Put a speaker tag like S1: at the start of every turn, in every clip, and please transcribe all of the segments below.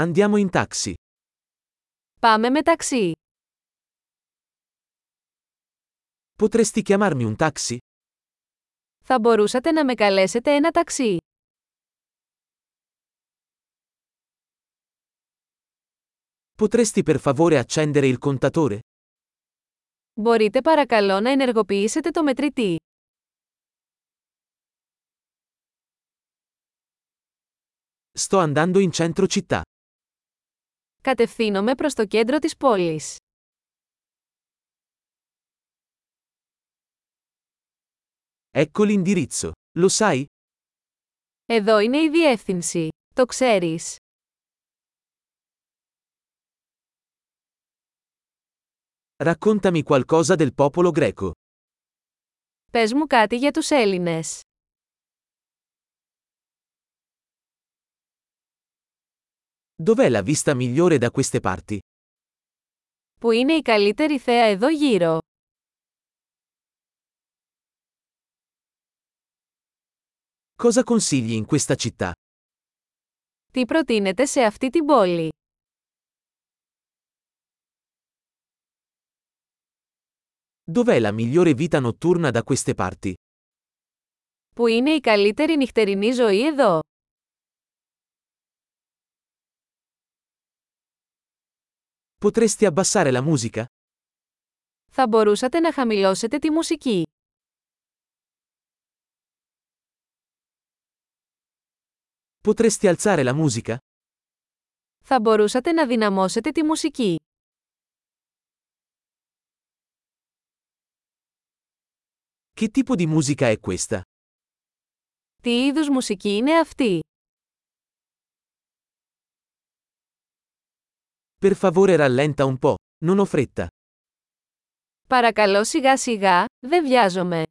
S1: Andiamo in taxi.
S2: Πάμε με ταξί.
S1: Potresti chiamarmi un taxi?
S2: Θα μπορούσατε να με καλέσετε ένα ταξί.
S1: Potresti per favore accendere il contatore?
S2: Μπορείτε παρακαλώ να ενεργοποιήσετε το μετρητή.
S1: Sto andando in centro città.
S2: Κατευθύνομαι προς το κέντρο της πόλης.
S1: Ecco l'indirizzo. Lo sai?
S2: Εδώ είναι η διεύθυνση. Το ξέρεις.
S1: Raccontami qualcosa del popolo greco.
S2: Πες μου κάτι για τους Έλληνες.
S1: Dov'è la vista migliore da queste parti?
S2: Που είναι η καλύτερη θέα εδώ γύρω.
S1: Cosa consigli in questa città?
S2: Τι προτείνετε σε αυτή την πόλη.
S1: Dov'è la migliore vita notturna da queste parti?
S2: Που είναι η καλύτερη νυχτερινή ζωή εδώ.
S1: Potresti abbassare la musica?
S2: Θα μπορούσατε να χαμηλώσετε τη μουσική.
S1: Potresti alzare la musica?
S2: Θα μπορούσατε να δυναμώσετε τη μουσική.
S1: Che tipo di musica è questa?
S2: Τι είδους μουσική είναι αυτή.
S1: Per favore rallenta un po', non ho fretta.
S2: Παρακαλώ σιγά σιγά, δεν βιάζομαι.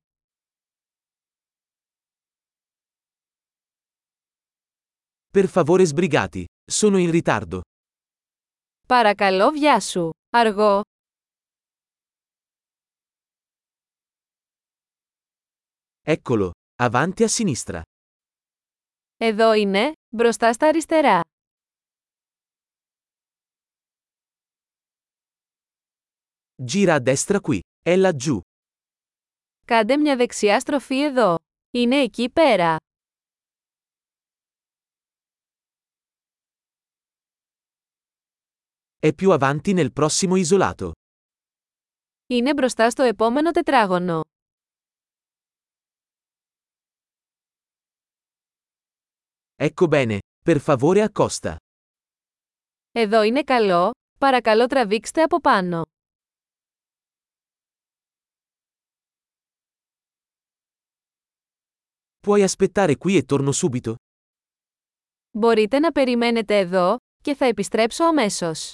S1: Per favore sbrigati, sono in ritardo.
S2: Παρακαλώ βιάσου. Αργό.
S1: Eccolo, avanti a sinistra.
S2: Εδώ είναι, μπροστά στα αριστερά.
S1: Gira a destra qui, è laggiù.
S2: Κάντε μια δεξιά στροφή εδώ. Είναι εκεί πέρα.
S1: È più avanti nel prossimo isolato.
S2: Είναι μπροστά στο επόμενο τετράγωνο.
S1: Ecco bene, per favore accosta.
S2: Εδώ είναι καλό, παρακαλώ τραβήξτε από πάνω.
S1: Puoi aspettare qui e torno subito?
S2: Μπορείτε να περιμένετε εδώ, και θα επιστρέψω αμέσως.